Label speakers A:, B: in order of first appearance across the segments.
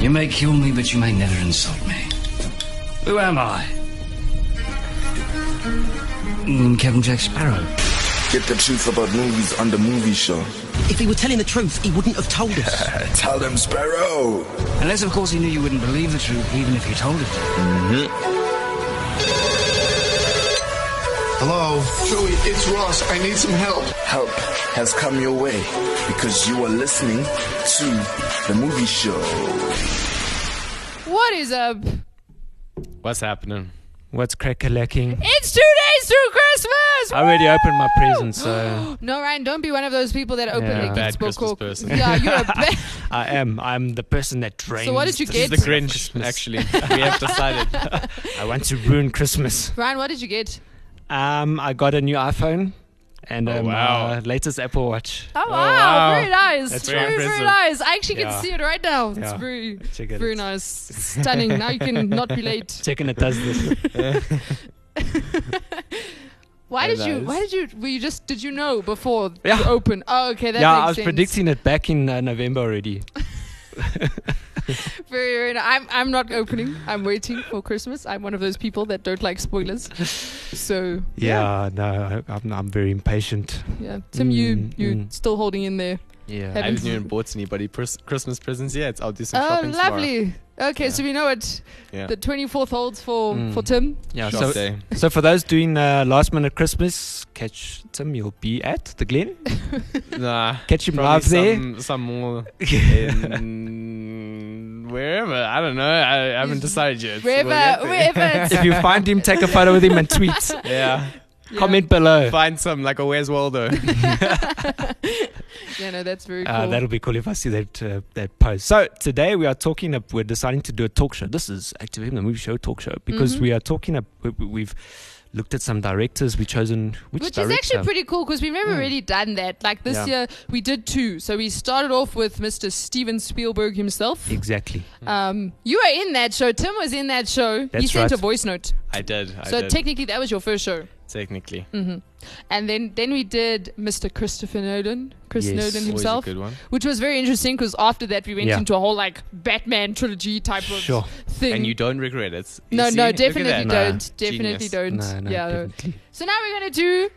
A: You may kill me, but you may never insult me. Who am I? Mm, Captain Jack Sparrow.
B: Get the truth about movies on the movie show.
C: If he were telling the truth, he wouldn't have told us.
B: Tell them, Sparrow.
A: Unless, of course, he knew you wouldn't believe the truth, even if you told it.
D: Hello?
B: Julie, it's Ross. I need some help. Help has come your way because you are listening to the movie show.
E: What is up?
F: What's happening? What's crackalacking?
E: It's two days through Christmas.
F: I already
E: Woo!
F: opened my present, so
E: No, Ryan, don't be one of those people that open
F: Yeah.
E: a
F: Bad
E: gift book. or-
F: Christmas person.
E: Yeah, you're a bad.
F: I am. I'm the person that drains.
E: So what did you
F: the-
E: get?
F: The Grinch, actually. We have decided. I want to ruin Christmas.
E: Ryan, what did you get?
F: Um, I got a new iPhone and
G: Oh,
F: um,
G: wow.
F: uh, latest Apple Watch.
E: Oh, wow,
G: wow.
E: very nice.
F: That's
E: very,
F: very
E: very,
F: impressive.
E: nice. I actually
F: Yeah.
E: can see it right now. It's
F: Yeah.
E: very,
F: Check it.
E: very nice. Stunning. now you can not be late.
F: Checking it does this.
E: Why
F: Very
E: did you?
F: nice.
E: Why did you? Were you just? Did you know before
F: Yeah.
E: you open? Oh, okay, that
F: yeah,
E: makes
F: I was
E: sense.
F: predicting it back in uh, November already.
E: Very, very. ni- I'm, I'm not opening. I'm waiting for Christmas. I'm one of those people that don't like spoilers. So
F: Yeah, no, I, I'm, I'm very impatient.
E: yeah. Tim, you,
F: Mm,
E: you
F: mm.
E: still holding in there?
F: Yeah.
E: Have
G: I haven't
E: you-
G: even bought anybody pers- Christmas presents yet. I'll do some
E: Oh,
G: shopping
E: lovely. Okay, so we know what
G: Yeah.
E: the 24th holds for
F: Mm.
E: for Tim.
F: yeah,
G: tomorrow. Shop
F: so,
G: day.
F: so for those doing uh, last minute Christmas, catch Tim. You'll be at the Glen.
G: Nah,
F: Catch him
G: probably
F: live there.
G: some, some more in wherever. I don't know. I, I haven't decided yet. We'll get
E: Wherever,
G: there.
E: wherever. it's-
F: if you find him, take a photo with him and tweet.
G: Yeah,
E: yeah.
F: Comment below.
G: find some like a Where's Waldo.
E: Yeah, no, that's very cool.
F: Uh, that'll be cool if I see that uh, that post. So today we are talking. Up, we're deciding to do a talk show. This is Active M, the movie show talk show, because
E: Mhm.
F: we are talking. Up, we, we- we've looked at some directors. We've chosen which,
E: Which is
F: director.
E: actually pretty cool because we've
G: Mm.
E: never really done that. Like this
F: Yeah.
E: year, we did two. So we started off with Mr. Steven Spielberg himself.
F: exactly.
G: Mm.
E: Um, you were in that show. Tim was in that show. he
F: That's
E: sent
F: right.
E: a voice note.
G: I did. I
E: so Mm,
G: did.
E: technically, that was your first show.
G: technically,
E: And then, then we did Mr. Christopher Nolan, Chris
F: Yes.
E: Nolan
G: Always
E: himself,
G: a good one.
E: which was very interesting because after that we went
F: Yeah.
E: into a whole like Batman trilogy type of
F: Sure.
E: thing.
G: And you don't regret it.
E: Mm.
G: You
E: no,
G: see?
E: no,
G: Look at
E: definitely
G: that.
E: don't,
F: No.
E: definitely
G: Genius.
E: don't.
F: No, no,
E: yeah. no.
F: definitely.
E: So now we're gonna do.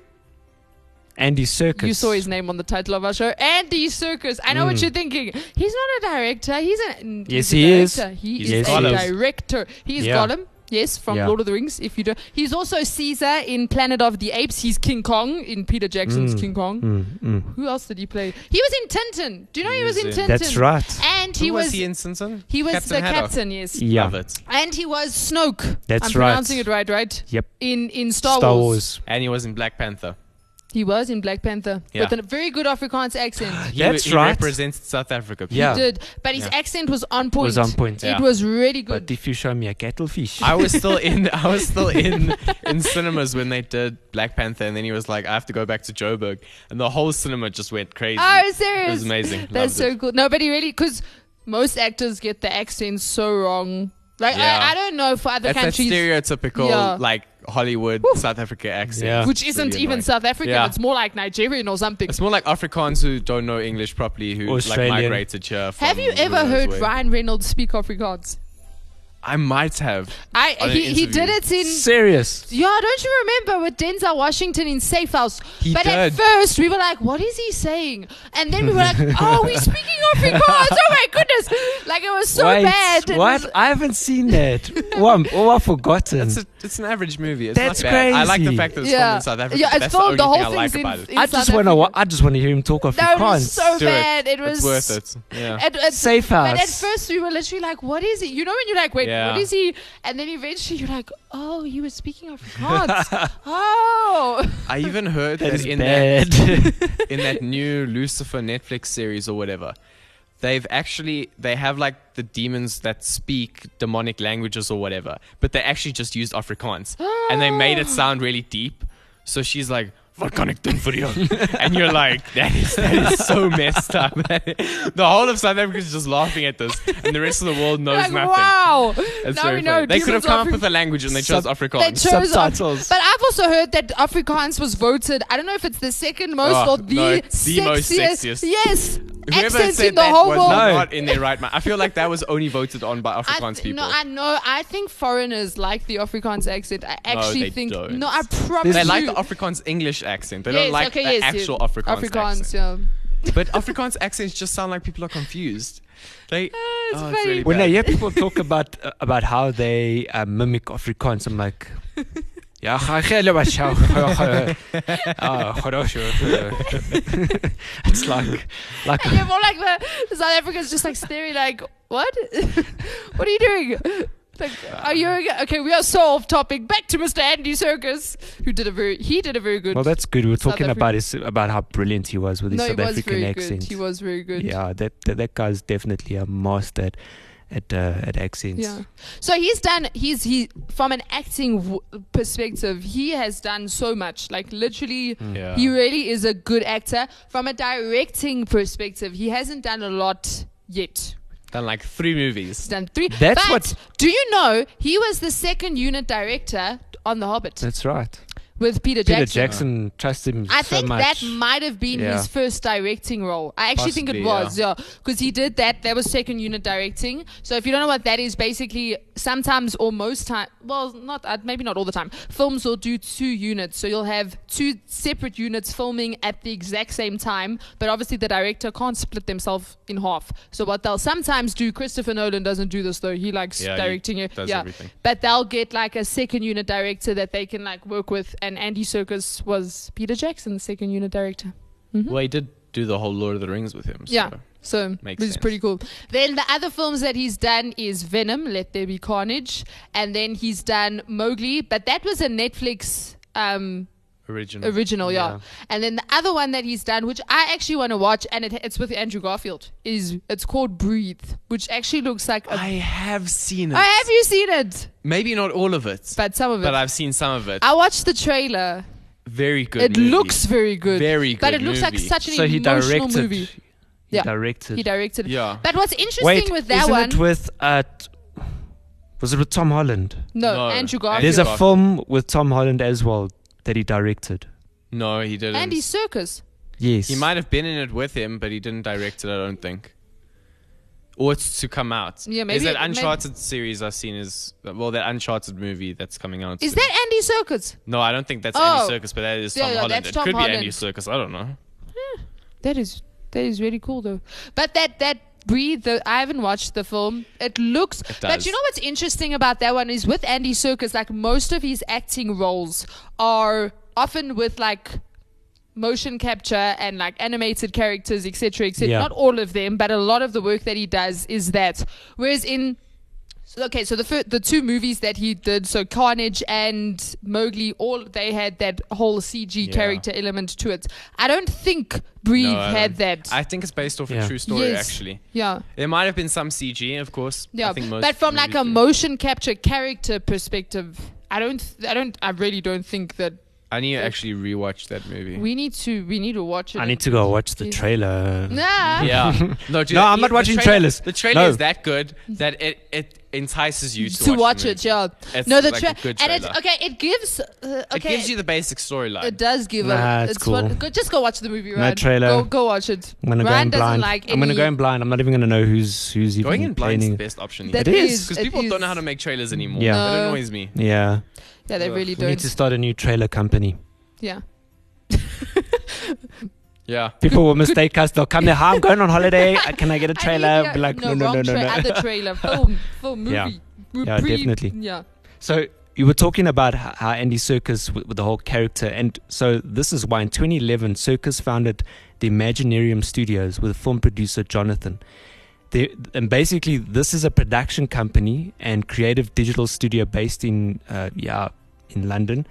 F: Andy Circus.
E: You saw his name on the title of our show, Andy Circus. I know what
F: Mm.
E: you're thinking. He's not a director. He's an
F: Yes,
E: he's a
F: he is.
E: director. He
F: He's
E: is
F: Gollum.
E: a director. He's
F: Yeah.
E: Gollum. Yes, from
F: Yeah.
E: Lord of the Rings. If you do, he's also Caesar in Planet of the Apes. He's King Kong in Peter Jackson's
F: Mm.
E: King Kong.
F: Mm, mm.
E: Who else did he play? He was in Tintin. Do you know he, was in Tintin?
F: That's right.
E: And he
G: Who
E: was,
G: was he in Simpson?
E: he was
G: Captain
E: the
G: Haddock.
E: captain. Yes.
F: Yeah.
G: Love it.
E: And he was Snoke.
F: That's
E: I'm
F: right.
E: pronouncing it right, right?
F: Yep.
E: In in Star,
F: Star
E: Wars.
F: Wars.
G: And he was in Black Panther.
E: He was in Black Panther
G: Yeah.
E: with a very good Afrikaans accent.
G: He,
F: That's
G: he
F: right.
G: represents South Africa.
F: Yeah.
E: He did, but his
G: Yeah.
E: accent was on point.
F: Was on point.
G: Yeah.
E: It was really
F: But
E: good.
F: if you show me a cattlefish,
G: I was still in. I was still in in cinemas when they did Black Panther, and then he was like, "I have to go back to Joburg," and the whole cinema just went crazy.
E: Oh, serious?
G: It was amazing.
E: That's so
G: Loved
E: cool. No, but he really because most actors get the accent so wrong. Like
G: Yeah.
E: I, I don't know for other
G: That's
E: countries,
G: that stereotypical
E: Yeah.
G: like Hollywood South Africa accent,
F: Yeah.
E: which
G: It's
E: isn't
G: really
E: even
G: annoying.
E: South African.
G: Yeah.
E: It's more like Nigerian or something.
G: It's more like Afrikaans who don't know English properly, who
F: Australian.
G: like migrated here. From
E: Have you
G: who
E: ever
G: knows
E: heard
G: where.
E: Ryan Reynolds speak Afrikaans?
G: I might have.
E: I
G: On an
E: he, he did
G: interview.
E: it in
F: serious.
E: yeah. Don't you remember with Denzel Washington in Safe House?
G: He
E: but at
G: did.
E: first we were like, "What is he saying?" And then we were like, "Oh, he's speaking Afrikaans! Oh my goodness!" Like it was so
F: Wait,
E: bad. It
F: What?
E: was-
F: I haven't seen that. oh, I'm, oh, I've forgotten.
G: It's a, it's an average movie. It's
F: That's
G: not bad. I like the
F: crazy.
G: fact that it's filmed in South Africa.
E: Yeah, it's
G: That's
E: filmed.
G: the
E: The,
G: only
E: whole
G: thing I like
E: thing's in,
G: about it.
E: in
F: I
E: South
F: just want to.
E: Africa.
F: I just want to hear him talk
E: No, it
F: Afrikaans.
E: was so
G: Do it.
E: bad. It was
G: It's worth it. Yeah.
E: It, it,
F: Safe
E: But at
F: house.
E: first we were literally like, "What is it?" You know, when you're like, "Wait,
G: Yeah.
E: what is he?" And then eventually you're like, "Oh, he was speaking Afrikaans." oh,
G: I even heard
F: that
G: that,
F: is
G: in
F: bad.
G: that in that new Lucifer Netflix series or whatever. They've actually they have like the demons that speak demonic languages or whatever, but they actually just used Afrikaans and they made it sound really deep. So she's like volcanic thing for you, and you're like that is that is so messed up. the whole of South Africa is just laughing at this, and the rest of the world knows
E: like
G: nothing.
E: wow!
G: It's
E: now
G: very
E: we know
G: funny. They could have
E: demons
G: come
E: Afri-
G: up with a language and they chose
F: Sub-
G: Afrikaans.
E: They chose Af-
F: Subtitles.
E: but I've also heard that Afrikaans was voted. I don't know if it's the second most
G: Oh,
E: or the
G: no, it's
E: sexiest.
G: the most sexiest.
E: Yes,
G: Whoever
E: accents
G: said
E: in the
G: that
E: whole
G: was
E: world.
F: No.
G: not in their right mind. I feel like that was only voted on by
E: I
G: Afrikaans
E: th-
G: people.
E: No, I know. I think foreigners like the Afrikaans accent. I actually
G: they
E: think
G: don't.
E: no. I promise
G: they like
E: you.
G: the Afrikaans English accent. They
E: yes,
G: don't like
E: okay,
G: the
E: yes,
G: actual
E: yeah.
G: Afrikaans,
E: Afrikaans,
G: accent.
E: yeah.
G: But Afrikaans accents just sound like people are confused. They,
E: it's
G: oh,
E: very
G: really
F: When I
G: bad.
F: hear people talk about uh, about how they uh, mimic Afrikaans, I'm like, yeah, ga- ga- ga- ga- ga- ga- ah, gorosho, uh." it's like, like
E: And you're more like the South Africans, just like staring, like what? what are you doing? Like, are you okay? We are so off topic. Back to Mr. Andy Circus, who did a very he did a very good.
F: well, that's good. We We're
E: South
F: talking about his about how brilliant he was with his
E: no, he
F: South
E: was
F: African
E: very
F: accent.
E: good. He was very good.
F: Yeah, that, that that guy's definitely a master at at, uh, at accents.
E: Yeah. So he's done. He's he from an acting w- perspective. He has done so much. Like literally,
F: Mm.
G: Yeah.
E: he really is a good actor. From a directing perspective, he hasn't done a lot yet.
G: Done like three movies.
E: He's done three.
F: That's
E: but
F: what-
E: Do you know he was the second unit director on The Hobbit
F: That's right.
E: with Peter
F: Uh, Peter
E: Jackson?
F: Jackson trusts him
E: I
F: so
E: think
F: much.
E: that might have been
F: Yeah.
E: his first directing role. I actually think it
G: Possibly, yeah.
E: was, yeah, because he did that. That was second unit directing. So if you don't know what that is, basically sometimes or most time, well, not uh, maybe not all the time. Films will do two units, so you'll have two separate units filming at the exact same time. But obviously the director can't split themselves in half. So what they'll sometimes do, Christopher Nolan doesn't do this though. He likes
G: Yeah, he
E: directing it.
G: does
E: yeah,
G: everything.
E: but they'll get like a second unit director that they can like work with. And Andy Circus was Peter Jackson's second unit director.
G: Well, he did do the whole Lord of the Rings with him. So.
E: Mm-hmm. Yeah. So, which
G: Makes
E: is
G: sense.
E: pretty cool. Then the other films that he's done is Venom, Let There Be Carnage, and then he's done Mowgli, but that was a Netflix um,
G: Original.
E: original, yeah. And then the other one that he's done, which I actually want to watch, and it, it's with Andrew Garfield, is it's called Breathe, which actually looks like. a-
G: I have seen it.
E: Oh, have you seen it?
G: Maybe not all of it, but,
E: But some of it.
G: I've seen some of it.
E: I watched the trailer.
G: Very good.
E: It
G: movie.
E: looks very good.
G: Very
E: But it
G: good
E: looks like
G: movie.
E: such an
F: so he
E: emotional
F: directed.
E: movie.
F: He
E: Yeah.
F: directed.
E: He directed. it.
G: Yeah.
E: But what's interesting
F: Wait,
E: with that
F: isn't
E: one?
F: it with uh, t- was it with Tom Holland?
E: no,
G: No,
E: Andrew
G: Andrew
E: Garfield.
F: There's a
G: Garfield.
F: film with Tom Holland as well that he directed.
G: No, he didn't.
E: Andy Circus.
F: Yes,
G: He might have been in it with him, but he didn't direct it. I don't think. Or it's to come out.
E: Yeah,
G: Is
E: maybe-
G: that
E: maybe-
G: Uncharted series I've seen is well that Uncharted movie that's coming out?
E: Is
G: soon.
E: that Andy Circus?
G: no? I don't think that's
E: Oh.
G: Andy Circus, but that is
E: Yeah,
G: Tom
E: yeah,
G: Holland.
E: that's
G: it
E: Tom
G: could
E: Holland.
G: be Andy Circus. I don't know.
E: That is that is really cool though. But that that breathe. The, I haven't watched the film. It looks. But
G: does.
E: you know what's interesting about that one is with Andy Circus, like most of his acting roles are often with like motion capture and like animated characters, etc., etc.
F: Yeah.
E: Not all of them, but a lot of the work that he does is that. Whereas in so- Okay, so the fir- the two movies that he did, so Carnage and Mowgli, all they had that whole CG
G: Yeah.
E: character element to it. I don't think Breathe
G: No, I
E: had
G: don't-
E: that.
G: I think it's based off
F: Yeah.
G: a true story,
E: Yes.
G: actually.
E: yeah,
G: There might have been some CG, of course.
E: yeah,
G: I think most
E: but from like a
G: movies do.
E: motion capture character perspective, I don't, th- I don't, I really don't think that
G: I need to actually rewatch that movie.
E: we need to, we need to watch it.
F: I need to go watch the
E: Yeah.
F: trailer.
E: Nah.
G: yeah. No, dude,
F: No, I'm
G: the-
F: not
G: the
F: watching
G: trailer-
F: trailers.
G: The trailer
F: No.
G: is that good that it, it entices you to,
E: To watch
G: the
E: it,
G: movie.
E: yeah.
G: It's
E: no, the
G: like a
E: tra-
G: good
E: and it's
G: trailer.
E: okay. It gives, uh, okay,
G: It gives you the basic storyline.
E: It does give
F: Nah,
E: a.
F: it's cool.
E: What, go, just go watch the movie, Ryan.
F: trailer.
E: Go, go watch it.
F: I'm gonna
E: Ryan
F: go in
E: doesn't
F: blind.
E: like
F: I'm gonna go
E: any-
F: in blind. I'm not even gonna know who's who's even
G: Going in blind is
F: playing.
G: the best option.
E: That
F: It is.
E: is
G: Because
E: it
G: people don't
E: is.
G: know how to make trailers anymore.
F: Yeah.
G: That
E: No.
G: annoys me.
F: Yeah,
E: Yeah, they
G: Ugh.
E: really
F: we
E: don't.
F: need to start a new trailer company.
E: yeah.
G: Yeah.
F: People will mistake us. They'll come there. "Hi, I'm going on holiday. Uh, Can I get a
E: I
F: trailer?
E: need-
F: Be like, no,
E: no,
F: no,
E: wrong
F: no, no,
E: tra-
F: no.
E: Other trailer, film, film, movie.
F: Yeah.
E: We're
F: Yeah, definitely.
E: Yeah.
F: So you were talking about h- how Andy Circus with, with the whole character, and so this is why in 2011 Circus founded the Imaginarium Studios with film producer Jonathan. They, and basically, this is a production company and creative digital studio based in uh, yeah in London,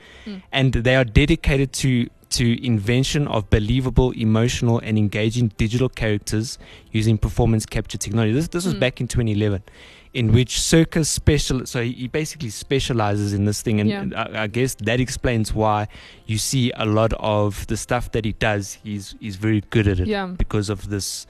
F: and they are dedicated to to invention of believable, emotional, and engaging digital characters using performance capture technology. This this was back in 2011 in which circus special so he he basically specializes in this thing and
E: Yeah.
F: and I, I guess that explains why you see a lot of the stuff that he does he's he's very good at it
E: Yeah.
F: because of this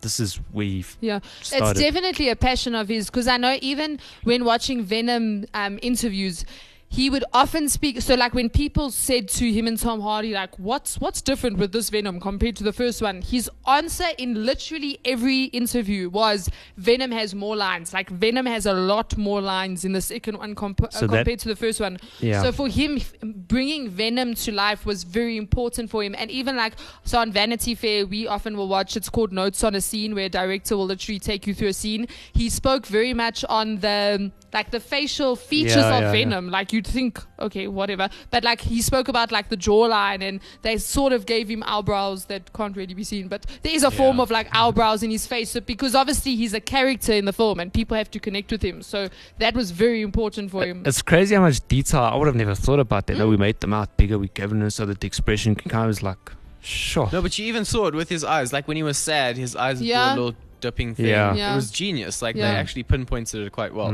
F: this is where he f-
E: Yeah,
F: started.
E: it's definitely a passion of his because I know even when watching Venom um, interviews, he would often speak. So, like when people said to him and Tom Hardy, like, "What's what's different with this Venom compared to the first one?" His answer in literally every interview was, "Venom has more lines. Like Venom has a lot more lines in the second one compa- uh,
F: So that-
E: compared to the first one."
F: Yeah.
E: So for him, f- bringing Venom to life was very important for him. And even like so on Vanity Fair, we often will watch. It's called Notes on a Scene, where a director will literally take you through a scene. He spoke very much on the um, like the facial features
F: Yeah,
E: of
F: yeah, yeah.
E: Venom. Like you'd think, okay, whatever. But like he spoke about like the jawline, and they sort of gave him eyebrows that can't really be seen. But there is a form
G: Yeah.
E: of like eyebrows in his face, so, because obviously he's a character in the film, and people have to connect with him. So that was very important for him.
F: It's crazy how much detail I would have never thought about that. That
E: Mm.
F: we made the mouth bigger, we given it so that the expression can kind of was like, sure.
G: No, but you even saw it with his eyes. Like when he was sad, his eyes
E: Yeah.
G: do a little dipping thing.
F: Yeah.
E: Yeah.
G: It was genius. Like
E: Yeah.
G: they actually pinpointed it quite well.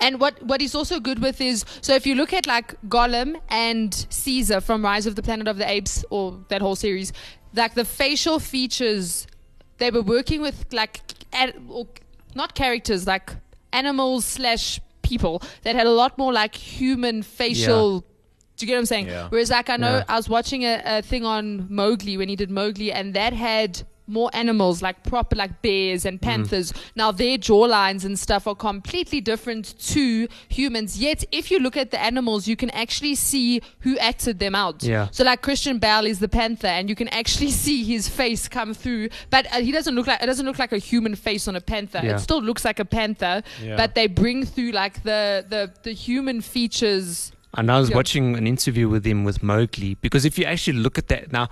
E: And what what is also good with is so if you look at like Gollum and Caesar from Rise of the Planet of the Apes or that whole series, like the facial features, they were working with like ad, or not characters like animals slash people that had a lot more like human facial. Do you get what I'm saying?
G: Yeah.
E: Whereas like I know
F: Yeah.
E: I was watching a, a thing on Mowgli when he did Mowgli, and that had more animals like proper like bears
F: Mm.
E: and panthers. Now their jawlines and stuff are completely different to humans. Yet if you look at the animals, you can actually see who acted them out.
F: Yeah.
E: So like Christian Bale is the panther, and you can actually see his face come through. But uh, he doesn't look like it doesn't look like a human face on a panther.
F: Yeah.
E: It still looks like a panther,
G: Yeah.
E: but they bring through like the the the human features.
F: And I was
E: Yeah.
F: watching an interview with him with Mowgli because if you actually look at that now,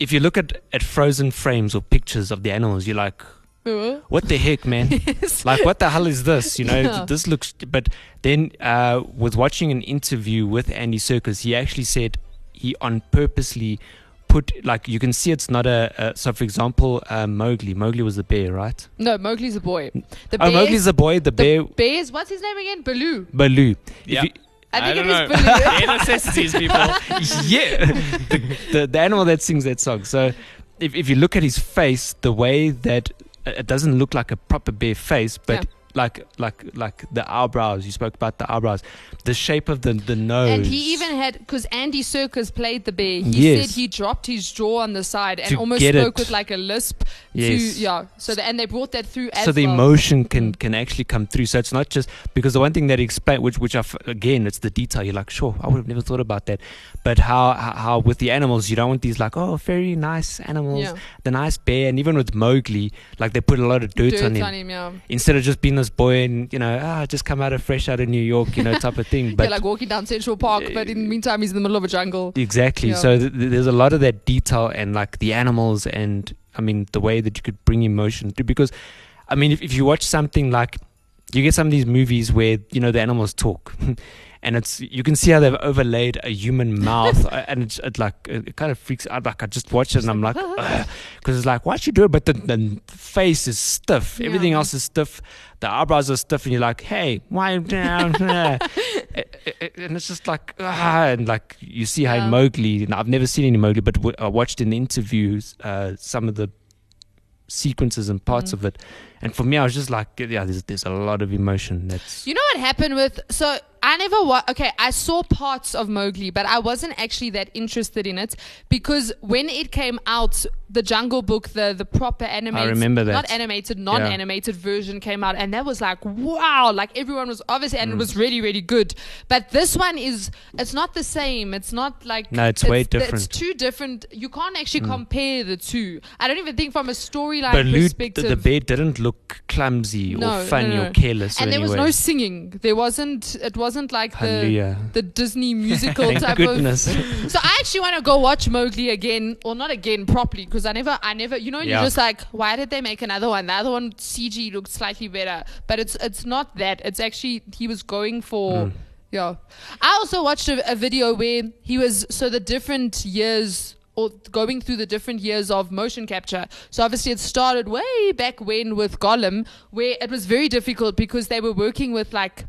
F: if you look at, at frozen frames or pictures of the animals, you're like,
E: Uh,
F: what the heck, man? like, what the hell is this? You know,
E: Yeah.
F: this looks. But then, uh, was watching an interview with Andy Circus. He actually said he on purposely put like you can see it's not a. a so, for example, uh, Mowgli. Mowgli was the bear, right?
E: No, Mowgli's a boy. The
F: Oh,
E: bear,
F: Mowgli's the boy. The,
E: the
F: bear,
E: bears. What's his name again? Baloo.
F: Baloo. If
G: Yeah.
F: you-
E: I think
G: don't
E: it is
G: know.
E: Baloo.
G: Bare necessities, people.
F: yeah, the, the, the animal that sings that song. So, if, if you look at his face, the way that uh, it doesn't look like a proper bear face, but
E: Yeah.
F: like like like the eyebrows. You spoke about the eyebrows, the shape of the the nose.
E: And he even had because Andy Circus played the bear. He
F: Yes.
E: said he dropped his jaw on the side and
F: To
E: almost
F: get
E: spoke
F: it.
E: with like a lisp.
F: Yes.
E: To, yeah. So the, and they brought that through as
F: so the
E: well.
F: emotion can can actually come through. So it's not just because the one thing that he explained, which which I f- again, it's the detail. You're like, sure, I would have never thought about that. But how how, how with the animals, you don't want these like oh very nice animals,
E: Yeah.
F: the nice bear, and even with Mowgli, like they put a lot of dirt,
E: Dirt
F: on him.
E: yeah.
F: Instead of just being this boy and you know ah just come out of fresh out of New York, you know type of thing. But
E: yeah, like walking down Central Park, but in the meantime he's in the middle of a jungle.
F: Exactly.
E: Yeah.
F: So th- th- there's a lot of that detail and like the animals and I mean the way that you could bring emotion through because I mean if, if you watch something like you get some of these movies where you know the animals talk and it's you can see how they've overlaid a human mouth uh, and it's it like it it kind of freaks out like I just watched it and I'm like because it's like what you do but the, the face is stiff
E: Yeah.
F: everything else is stiff the eyebrows are stiff and you're like hey why down Eh, and it's just like ah, and like you see how in
E: Yeah.
F: Mowgli and I've never seen any Mowgli but w- I watched in interviews uh, some of the sequences and parts
E: Mm-hmm.
F: of it and for me I was just like yeah there's, there's a lot of emotion that's
E: You know what happened with so I never wa- okay I saw parts of Mowgli but I wasn't actually that interested in it because when it came out the Jungle Book the the proper animated
F: remember that.
E: not animated non-animated version came out and that was like wow like everyone was obviously
F: Mm.
E: and it was really really good but this one is it's not the same it's not like
F: No, it's way
E: it's
F: different. Mm.
E: two different you can't actually compare the two I don't even think from a
F: but
E: storyline
F: Luke, the,
E: perspective
F: the bear didn't look clumsy
E: No,
F: or funny
E: no, no.
F: or careless
E: and
F: in
E: there
F: any
E: was
F: way.
E: no singing. There wasn't. It wasn't like the
F: Hallelujah.
E: the Disney musical
F: Thank
E: type
F: goodness.
E: of. So I actually want to go watch Mowgli again, or not again properly, because I never, I never, you know,
F: Yeah.
E: you're just like, why did they make another one? The other one CG looked slightly better, but it's it's not that. It's actually he was going for. Yeah, I also watched a, a video where he was so the different years or going through the different years of motion capture. So obviously it started way back when with Gollum, where it was very difficult because they were working with like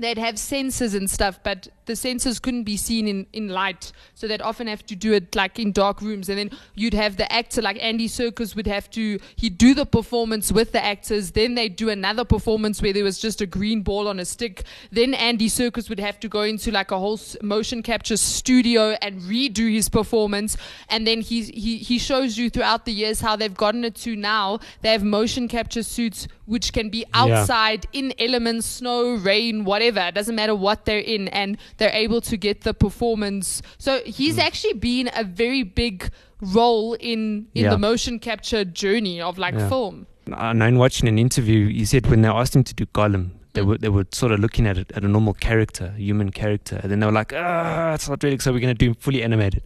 E: they'd have sensors and stuff, but the sensors couldn't be seen in, in light. So they'd often have to do it like in dark rooms. And then you'd have the actor, like Andy Serkis would have to, he'd do the performance with the actors. Then they'd do another performance where there was just a green ball on a stick. Then Andy Serkis would have to go into like a whole s- motion capture studio and redo his performance. And then he, he, he shows you throughout the years how they've gotten it to now. They have motion capture suits which can be outside in elements, snow, rain, whatever. It doesn't matter what they're in, and they're able to get the performance. So he's
F: Hmm.
E: actually been a very big role in in
F: Yeah.
E: the motion capture journey of like
F: Yeah.
E: film.
F: I know in watching an interview, he said when they asked him to do Gollum,
E: Mm.
F: they were they were sort of looking at it at a normal character, a human character, and then they were like, ah, it's not really. So we're gonna do fully animated,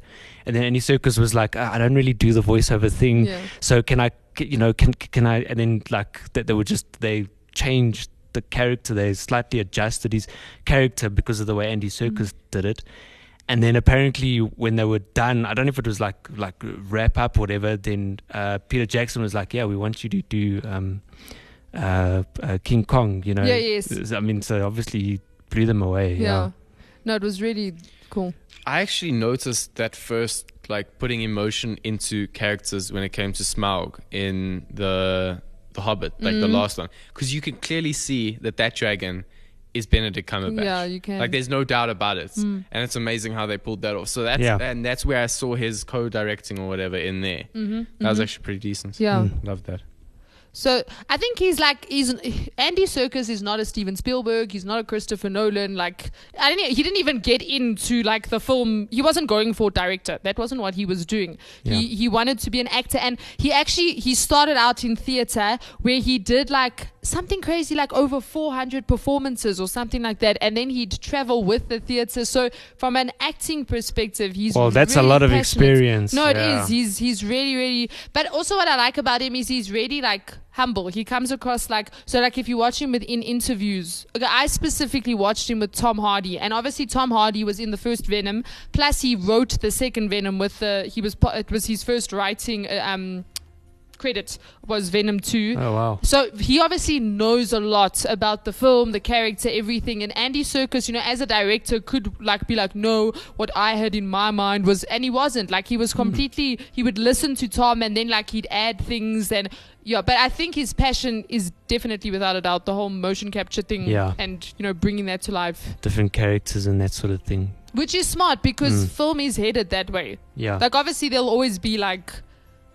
F: and then Andy Circus was like, ah, I don't really do the voiceover thing,
E: Yeah.
F: so can I, c- you know, can can I? And then like that they were just they changed the character, they slightly adjusted his character because of the way Andy
E: Mm.
F: Circus did it. And then apparently when they were done, I don't know if it was like like wrap up whatever. Then uh, Peter Jackson was like, "Yeah, we want you to do um, uh, uh, King Kong." You know,
E: Yeah, yes.
F: I mean, so obviously he blew them away.
E: Yeah.
F: Yeah,
E: No, it was really cool.
G: I actually noticed that first, like putting emotion into characters when it came to Smaug in the the Hobbit, like
E: Mm-hmm.
G: the last one, because you can clearly see that that dragon is Benedict Cumberbatch.
E: Yeah, you can. Mm.
G: Like, there's no doubt about it, and it's amazing how they pulled that off. So that's
F: Yeah.
G: and that's where I saw his co-directing or whatever in there. Mm-hmm, that was actually pretty decent.
F: Hmm.
E: Yeah.
G: Love that.
E: So I think he's like he's Andy Serkis is not a Steven Spielberg. He's not a Christopher Nolan. Like I don't know, he didn't even get into like the film. He wasn't going for director. That wasn't what he was doing. He he wanted to be an actor, and he actually he started out in theater where he did like something crazy like over 400 performances or something like that, and then he'd travel with the theater. So from an acting perspective, he's
F: Well, that's a
E: really
F: lot of
E: passionate.
F: experience.
E: No, it is.
F: Yeah.
E: He he's he's really really but also what i like about him is he's really like humble he comes across like so like if you watch him within interviews okay, i specifically watched him with tom hardy and obviously tom hardy was in the first venom plus he wrote the second venom with the he was pa- it was his first writing uh, um credit was venom 2
F: Oh wow.
E: so he obviously knows a lot about the film, the character, everything. And Andy Circus, you know, as a director, could like be like, no, what I had in my mind was, and he wasn't. Like he
F: Hmm.
E: was completely. He would listen to Tom, and then like he'd add things, and yeah. But I think his passion is definitely, without a doubt, the whole motion capture thing,
F: Yeah.
E: and you know, bringing that to life,
F: Different characters and that sort of thing.
E: which is smart
F: Hmm.
E: because film is headed that way.
F: Yeah,
E: Like obviously, there'll always be like.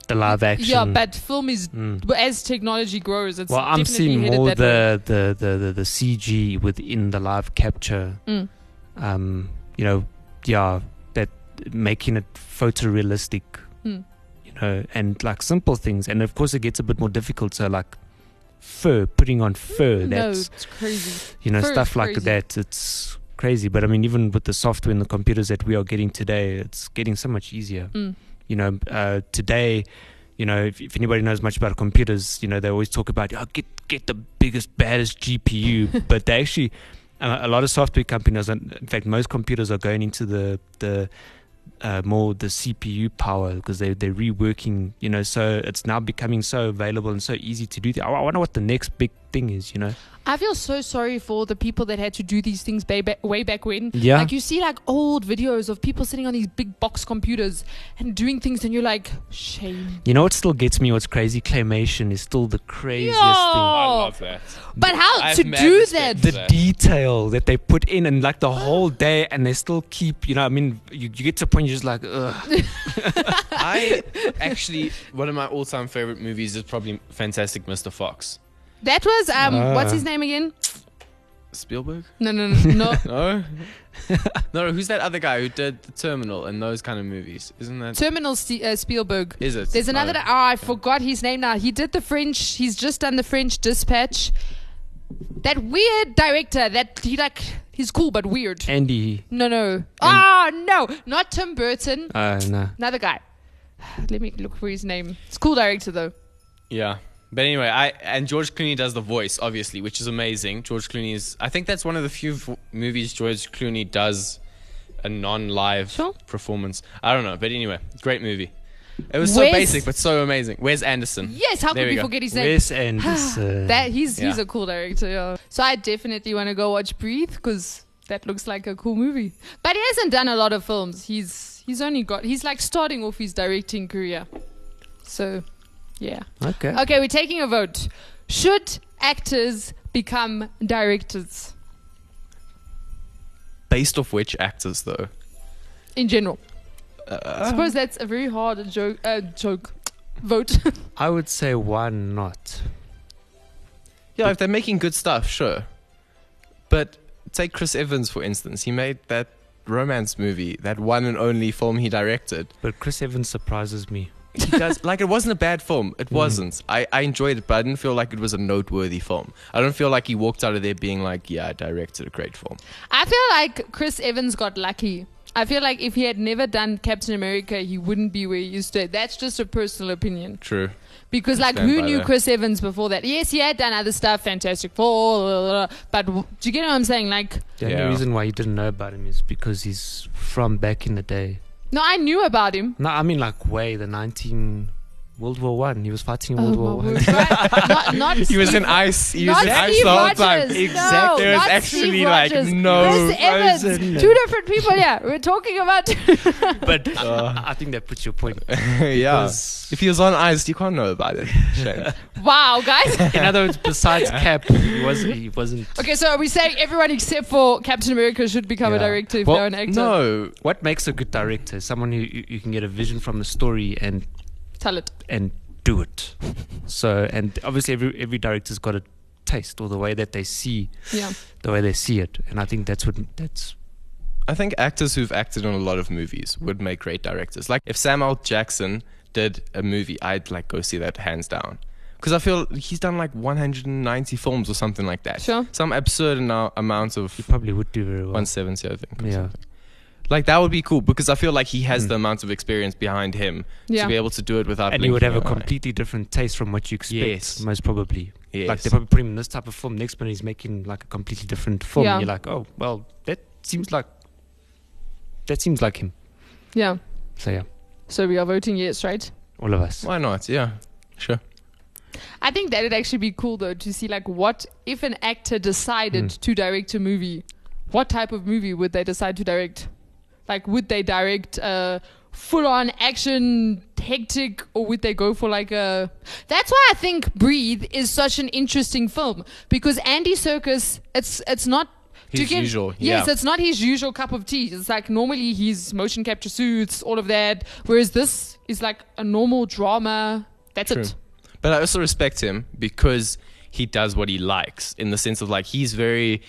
F: the live action. Hmm.
E: Yeah, but film is as technology grows, it's
F: well, I'm
E: definitely
F: seeing
E: headed
F: more
E: that way.
F: the the, the the the CG within the live capture.
E: Mm.
F: Um, you know, yeah, that making it photorealistic.
E: Mm.
F: You know, and like simple things, and of course it gets a bit more difficult. So like fur, putting on fur, that's
E: Mm, no, it's crazy.
F: you know
E: fur is
F: stuff like
E: crazy.
F: that. It's crazy, but I mean, even with the software and the computers that we are getting today, it's getting so much easier.
E: Mm.
F: You know, uh, today you know, if, if anybody knows much about computers, you know, they always talk about oh, get get the biggest, baddest GPU, but they actually a, a lot of software companies, and in fact, most computers are going into the the uh, more the CPU power because they they're reworking, you know, so it's now becoming so available and so easy to do. That. I I wonder what the next big thing is, you know?
E: I feel so sorry for the people that had to do these things way back, way back when.
F: Yeah.
E: Like you see like old videos of people sitting on these big box computers and doing things, and you're like, shame.
F: You know what still gets me? What's crazy? Claymation is still the craziest
E: Yeah.
F: thing.
G: I
E: Oh.
G: love that.
E: But how
G: I've
E: to
G: mad
E: do
G: respect
E: that?
G: for
F: The detail that they put in and like the whole day, and they still keep. You know, I mean, you, you get to a point you're just like, ugh.
G: I actually one of my all-time favorite movies is probably Fantastic Mr. Fox.
E: That was um,
F: Ah.
E: what's his name again?
G: Spielberg.
E: No, no, no, no.
G: No. no, who's that other guy who did The Terminal and those kind of movies? Isn't that?
E: Terminal Ste uh, Spielberg.
G: Is it?
E: There's another.
G: No.
E: Oh, I forgot his name now. He did the French. He's just done the French Dispatch. That weird director. That he like. He's cool but weird.
F: Andy.
E: No, no. Ah, no, not Tim Burton.
F: Uh, no.
E: Another guy. Let me look for his name. It's cool director though.
G: yeah. But anyway, I and George Clooney does the voice, obviously, which is amazing. George Clooney is. I think that's one of the few v- movies George Clooney does a non-live
E: Sure.
G: performance. I don't know, but anyway, great movie. It was so
E: Wes-
G: basic but so amazing. Where's Anderson?
E: Yes, how
G: There
E: could we
G: go.
E: forget his name? Ah,
F: Wes Anderson.
E: That he's he's
G: Yeah.
E: a cool director. Yeah. So I definitely want to go watch Breathe because that looks like a cool movie. But he hasn't done a lot of films. He's he's only got he's like starting off his directing career. So, yeah.
F: Okay.
E: Okay, we're taking a vote. Should actors become directors
G: Based off which actors, though?
E: in general?
G: Uh,
E: I suppose that's a very hard joke. Uh, joke. Vote.
F: I would say why not?
G: Yeah, if they're making good stuff, sure. But take Chris Evans, for instance. He made that romance movie, that one and only film he directed.
F: But Chris Evans surprises me.
G: He does, like, it wasn't a bad film.
E: Mm-hmm.
G: It wasn't. I, I enjoyed it, but I didn't feel like it was a noteworthy film. I don't feel like he walked out of there being like, yeah, I directed a great film.
E: I feel like Chris Evans got lucky. I feel like if he had never done Captain America, he wouldn't be where he is today. That's just a personal opinion.
G: True.
E: Because, like,
G: Stand
E: who
G: by
E: knew
G: that.
E: Chris Evans before that? Yes, he had done other stuff, Fantastic Four, blah, blah, blah, but w- do you get what I'm saying? Like,
F: The only
G: Yeah.
F: reason why you didn't know about him is because he's from back in the day.
E: no, I knew about him.
F: No, I mean like way the nineteen World War One. He was fighting in World War
E: Oh, my
F: One.
E: word. Right. not, not
G: He was
E: Steve-
G: in ice. He was
E: not
G: in ice
E: Steve
G: the whole
E: Rogers.
G: time.
E: No,
G: There was
E: not
G: actually
E: Steve
G: like
E: Rogers.
G: no.
E: Chris Evans. Two different people. Yeah, we're talking about.
F: But I, I think that puts your point.
G: Uh. yeah.
F: Because-
G: If he was on ice, you can't know about it. Shame.
E: wow, guys.
F: In other words, besides Cap, he was he wasn't.
E: Okay, so are we saying everyone except for Captain America should become a
F: Yeah.
E: director if
F: Well,
E: they're an actor?
G: No,
F: What makes a good director? Someone who you, you can get a vision from a story and
E: Tell it.
F: and do it. So and obviously every every director's got a taste or the way that they see
E: Yeah.
F: the way they see it, and I think that's what that's
G: I think actors who've acted on a lot of movies would make great directors. Like if Samuel Jackson did a movie, I'd like go see that hands down. Because I feel he's done like 190 films or something like that.
E: Sure.
G: Some absurd amou- amount of
F: probably would do very well.
G: 170, I think. or
F: yeah. Hmm.
G: something. Like that would be cool because I feel like he has the amount of experience behind him
E: Yeah.
G: to be able to do it without.
F: and you would have a
G: blinking an eye.
F: completely different taste from what you expect,
G: Yes.
F: most probably. Like
G: Yes.
F: they probably put him in this type of film. Next minute he's making like a completely different film.
E: Yeah.
F: And you're like, oh well, that seems like that seems like him.
E: Yeah.
F: So yeah,
E: So we are voting yes, right?
F: all of us.
G: Why not? Yeah, sure.
E: I think that would actually be cool though to see like what if an actor decided
G: Hmm.
E: to direct a movie, what type of movie would they decide to direct? Like would they direct a full on action hectic or would they go for like a That's why I think Breathe is such an interesting film because Andy Circus it's it's not to
G: His usual,
E: Yes,
G: yeah.
E: it's not his usual cup of tea. It's like normally he's motion capture suits, all of that. Whereas this is like a normal drama. That's
G: True.
E: it.
G: But I also respect him because he does what he likes in the sense of like he's very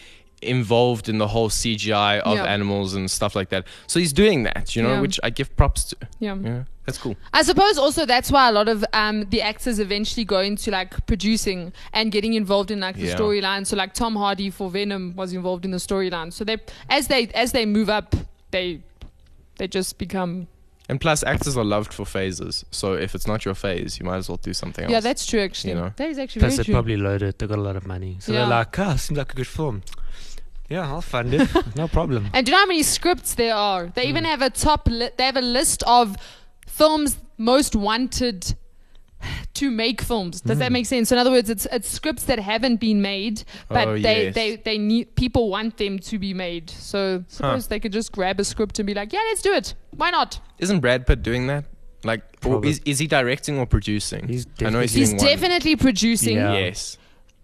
G: involved in the whole CGI of
E: Yeah.
G: animals and stuff like that. So he's doing that, you know,
E: Yeah.
G: which I give props to.
E: Yeah.
G: Yeah, that's cool.
E: I suppose also that's why a lot of um, the actors eventually go into like producing and getting involved in like the
G: Yeah.
E: storyline. So like Tom Hardy for Venom was involved in the storyline. So they as they as they move up, they they just become
G: And plus, actors are loved for phases. So if it's not your phase, you might as well do something else.
E: yeah. That's true actually.
G: You know.
E: That is actually
F: Plus
E: very
F: they
E: true.
F: probably loaded. They got a lot of money, so
E: Yeah.
F: they're like, ah, seems like a good film. Yeah, I'll fund it. no problem.
E: and do you know how many scripts there are? They even
G: Hmm.
E: have a top. Li- they have a list of films most wanted to make films. Does
G: Hmm.
E: that make sense? So in other words, it's it's scripts that haven't been made, but
G: Oh,
E: they,
G: yes.
E: they they need people want them to be made. So suppose they could just grab a script and be like, yeah, let's do it. Why not?
G: Isn't Brad Pitt doing that? Like, or
F: Probably.
G: is, is he directing or producing?
F: He's
G: I know he's,
E: He's
G: doing one.
E: definitely producing.
F: Yeah.
G: Yes.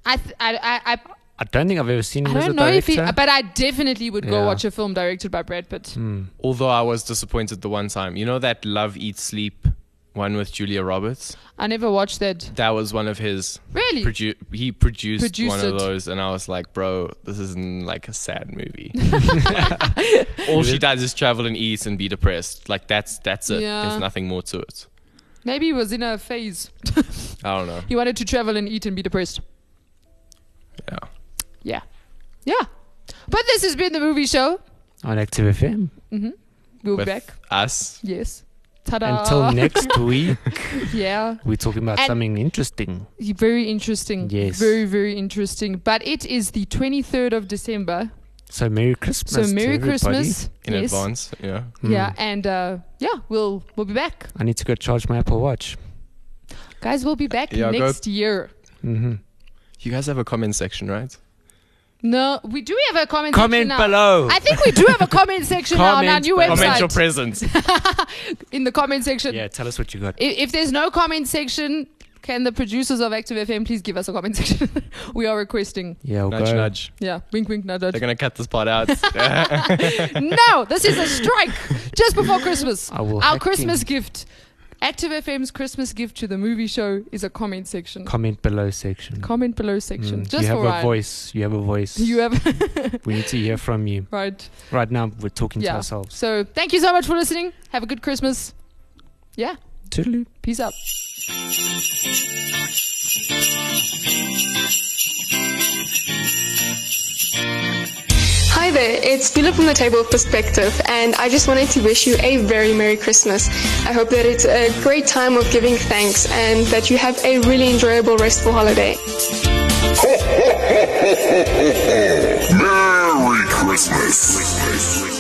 E: I, th- I I I
F: I don't think I've ever seen
E: I
F: him as a
E: don't know if
F: director.
E: he, but I definitely would go
F: Yeah.
E: watch a film directed by Brad Pitt.
G: Hmm. Although I was disappointed the one time. You know that Love Eat Sleep one with Julia Roberts?
E: I never watched that.
G: That was one of his
E: Really?
G: produ- he produced,
E: Produced
G: one
E: it.
G: of those, and I was like, bro, this isn't like a sad movie. All she does is travel and eat and be depressed. Like that's that's it.
E: Yeah.
G: There's nothing more to it.
E: Maybe he was in a phase.
G: I don't know.
E: He wanted to travel and eat and be depressed.
G: Yeah.
E: Yeah. Yeah. But this has been the movie show.
F: on Active FM.
E: We'll
G: With
E: be back.
G: us.
E: Yes. Ta da.
F: Until next week,
E: Yeah.
F: we're talking about
E: And-
F: something interesting.
E: Very interesting.
F: Yes.
E: Very, very interesting. But it is the 23rd of December.
F: So Merry Christmas.
E: So
F: to
E: Merry
F: everybody. Mm.
E: Christmas.
G: In
E: Yes.
G: advance. Yeah.
E: Yeah. And uh, yeah, we'll we'll be back.
F: I need to go charge my Apple Watch.
E: Guys, we'll be back
G: Yeah, go-
E: next year.
F: Mm-hmm.
G: You guys have a comment section, right?
E: No, we do have a comment
F: Comment
E: section now.
F: below.
E: I think we do have a comment section now on our
F: Comment
E: new
F: below.
G: Comment your
E: website.
G: presence.
E: in the comment section.
F: Yeah, tell us what you got.
E: If, if there's no comment section, can the producers of Active FM please give us a comment section? we are requesting.
F: Yeah, we'll
G: nudge,
F: go.
G: nudge.
E: Yeah, wink, wink, nudge,
G: They're
E: nudge.
G: gonna cut this part out.
E: No, this is a strike just before Christmas.
F: I will
E: Our
F: hack
E: Christmas gift. Active FM's Christmas gift to the movie show is a comment section.
F: Comment below section.
E: comment below section.
F: Mm,
E: just
F: you have
E: for
F: a
E: Ryan.
F: voice. You have a voice.
E: You have
F: we need to hear from you.
E: right.
F: Right now, we're talking to
E: Yeah.
F: ourselves.
E: So thank you so much for listening. Have a good Christmas. Yeah.
F: Toodaloo.
E: Peace out.
D: Hi there, it's Bula from the Table of Perspective, and I just wanted to wish you a very Merry Christmas. I hope that it's a great time of giving thanks and that you have a really enjoyable, restful holiday.
H: Merry Christmas.